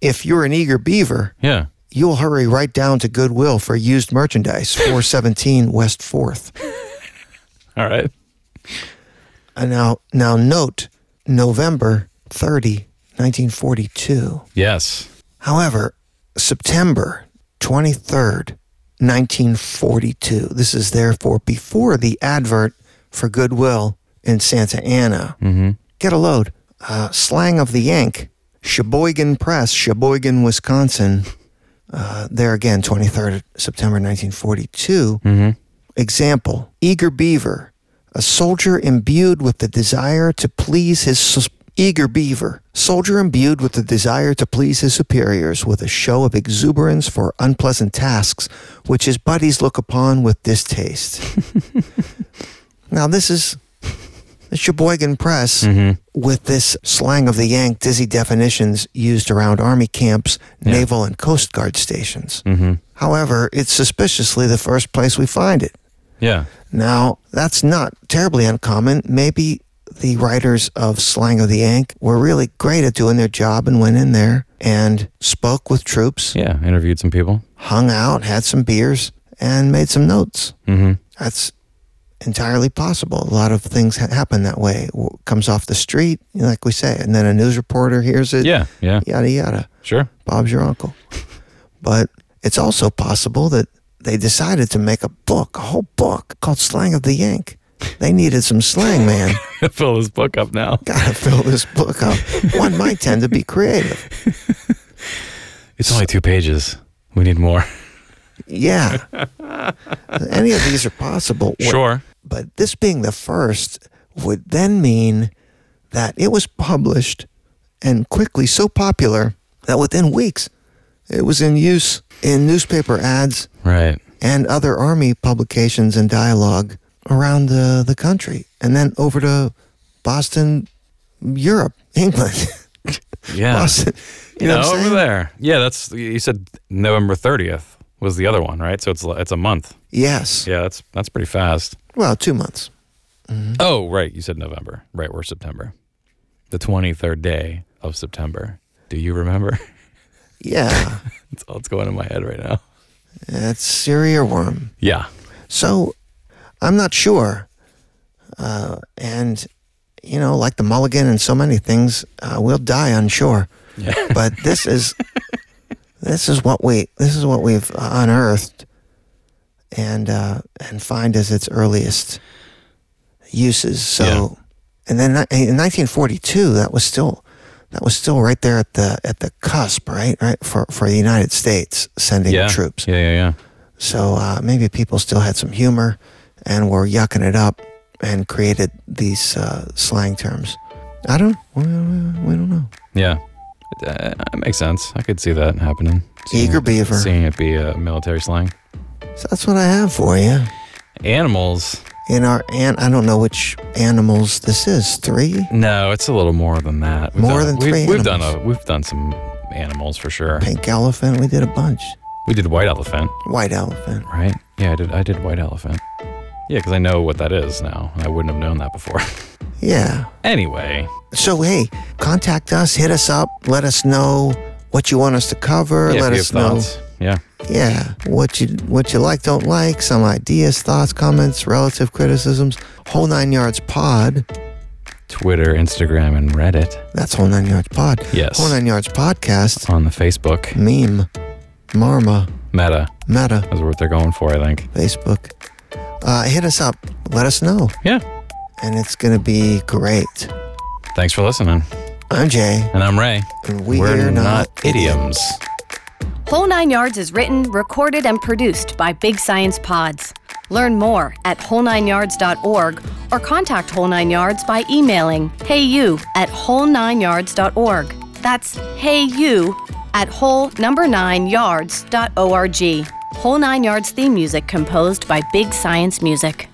Speaker 1: if you're an eager beaver,
Speaker 2: Yeah.
Speaker 1: you'll hurry right down to Goodwill for used merchandise, 417 West 4th.
Speaker 2: All right.
Speaker 1: And now, now note November 30, 1942.
Speaker 2: Yes.
Speaker 1: However, September 23rd, 1942. This is therefore before the advert for Goodwill in Santa Ana.
Speaker 2: Mm-hmm.
Speaker 1: Get a load. Uh, slang of the Yank, Sheboygan Press, Sheboygan, Wisconsin. Uh, there again, 23rd September 1942.
Speaker 2: Mm-hmm.
Speaker 1: Example Eager Beaver, a soldier imbued with the desire to please his. sus- Eager Beaver, soldier imbued with the desire to please his superiors with a show of exuberance for unpleasant tasks, which his buddies look upon with distaste. now, this is the Sheboygan Press
Speaker 2: Mm-hmm.
Speaker 1: with this slang of the Yank dizzy definitions used around Army camps,
Speaker 2: Yeah.
Speaker 1: naval, and Coast Guard stations.
Speaker 2: Mm-hmm.
Speaker 1: However, it's suspiciously the first place we find it.
Speaker 2: Yeah.
Speaker 1: Now, that's not terribly uncommon. Maybe the writers of Slang of the Yank were really great at doing their job and went in there and spoke with troops,
Speaker 2: Yeah. Interviewed some people.
Speaker 1: hung out, had some beers, and made some notes.
Speaker 2: Mm-hmm.
Speaker 1: That's entirely possible. A lot of things ha- happen that way. W- Comes off the street, like we say, and then a news reporter hears it.
Speaker 2: Yeah. Yeah.
Speaker 1: Yada yada.
Speaker 2: Sure.
Speaker 1: Bob's your uncle. But it's also possible that they decided to make a book, a whole book called Slang of the Yank. They needed some slang, man.
Speaker 2: Fill this book up now.
Speaker 1: Gotta fill this book up. One might tend to be creative.
Speaker 2: It's only two pages. We need more.
Speaker 1: Yeah. Any of these are possible. What-
Speaker 2: Sure.
Speaker 1: But this being the first would then mean that it was published and quickly so popular that within weeks it was in use in newspaper ads
Speaker 2: Right.
Speaker 1: and other Army publications and dialogue around the, the country, and then over to Boston, Europe, England.
Speaker 2: Yeah.
Speaker 1: Boston. You know, what I'm
Speaker 2: over
Speaker 1: saying?
Speaker 2: there. Yeah. That's you said November thirtieth was the other one, right? So it's it's a month.
Speaker 1: Yes.
Speaker 2: Yeah. That's that's pretty fast.
Speaker 1: Well, two months. Hmm.
Speaker 2: Oh, right. You said November. Right. We're September. The 23rd day of September. Do you remember?
Speaker 1: Yeah.
Speaker 2: That's all that's going in my head right now.
Speaker 1: That's Siri Worm.
Speaker 2: Yeah.
Speaker 1: So I'm not sure. Uh, and, you know, like the mulligan and so many things, uh, we'll die unsure.
Speaker 2: Yeah.
Speaker 1: But this is this is what we this is what we've uh, unearthed and uh, and find as its earliest uses. So and then ni- in 1942, that was still that was still right there at the at the cusp, right? Right for for the United States sending
Speaker 2: yeah.
Speaker 1: troops.
Speaker 2: Yeah. Yeah. Yeah.
Speaker 1: So uh, maybe people still had some humor and were yucking it up and created these uh, slang terms. I don't, we, we- we don't know.
Speaker 2: Yeah. Uh, It makes sense. I could see that happening. Seeing
Speaker 1: Eager
Speaker 2: it-
Speaker 1: beaver.
Speaker 2: Seeing it be a military slang.
Speaker 1: So that's what I have for you.
Speaker 2: Animals.
Speaker 1: In our an, I don't know which animals this is. Three
Speaker 2: No, it's a little more than that.
Speaker 1: More
Speaker 2: done-
Speaker 1: than
Speaker 2: we've,
Speaker 1: three
Speaker 2: We've done a,
Speaker 1: animals.
Speaker 2: we've done some animals for sure.
Speaker 1: pink elephant. We did a bunch.
Speaker 2: We did white elephant,
Speaker 1: White elephant.
Speaker 2: right? Yeah, I did. I did white elephant. Yeah, because I know what that is now. and I wouldn't have known that before.
Speaker 1: Yeah.
Speaker 2: anyway,
Speaker 1: So hey, contact us. Hit us up. Let us know what you want us to cover.
Speaker 2: yeah,
Speaker 1: Let
Speaker 2: if you
Speaker 1: us
Speaker 2: have
Speaker 1: know.
Speaker 2: thoughts, yeah.
Speaker 1: Yeah, what you what you like, don't like, some ideas, thoughts, comments, relative criticisms, whole nine yards pod.
Speaker 2: Twitter, Instagram, and Reddit.
Speaker 1: That's whole nine yards pod.
Speaker 2: Yes.
Speaker 1: Whole nine yards podcast.
Speaker 2: On the Facebook,
Speaker 1: Meme, Marma,
Speaker 2: Meta
Speaker 1: Meta,
Speaker 2: is what they're going for, I think.
Speaker 1: Facebook. Uh, hit us up. Let us know,
Speaker 2: Yeah.
Speaker 1: and it's gonna be great.
Speaker 2: Thanks for listening.
Speaker 1: I'm Jay,
Speaker 2: And I'm Ray.
Speaker 1: and we
Speaker 2: We're
Speaker 1: are
Speaker 2: not
Speaker 1: not,
Speaker 2: idioms.
Speaker 3: Whole Nine Yards is written, recorded, and produced by Big Science Pods. Learn more at whole9yards.org or contact Whole Nine Yards by emailing heyu at whole9yards.org. That's heyu at whole number nine yards dot org. Whole Nine Yards theme music composed by Big Science Music.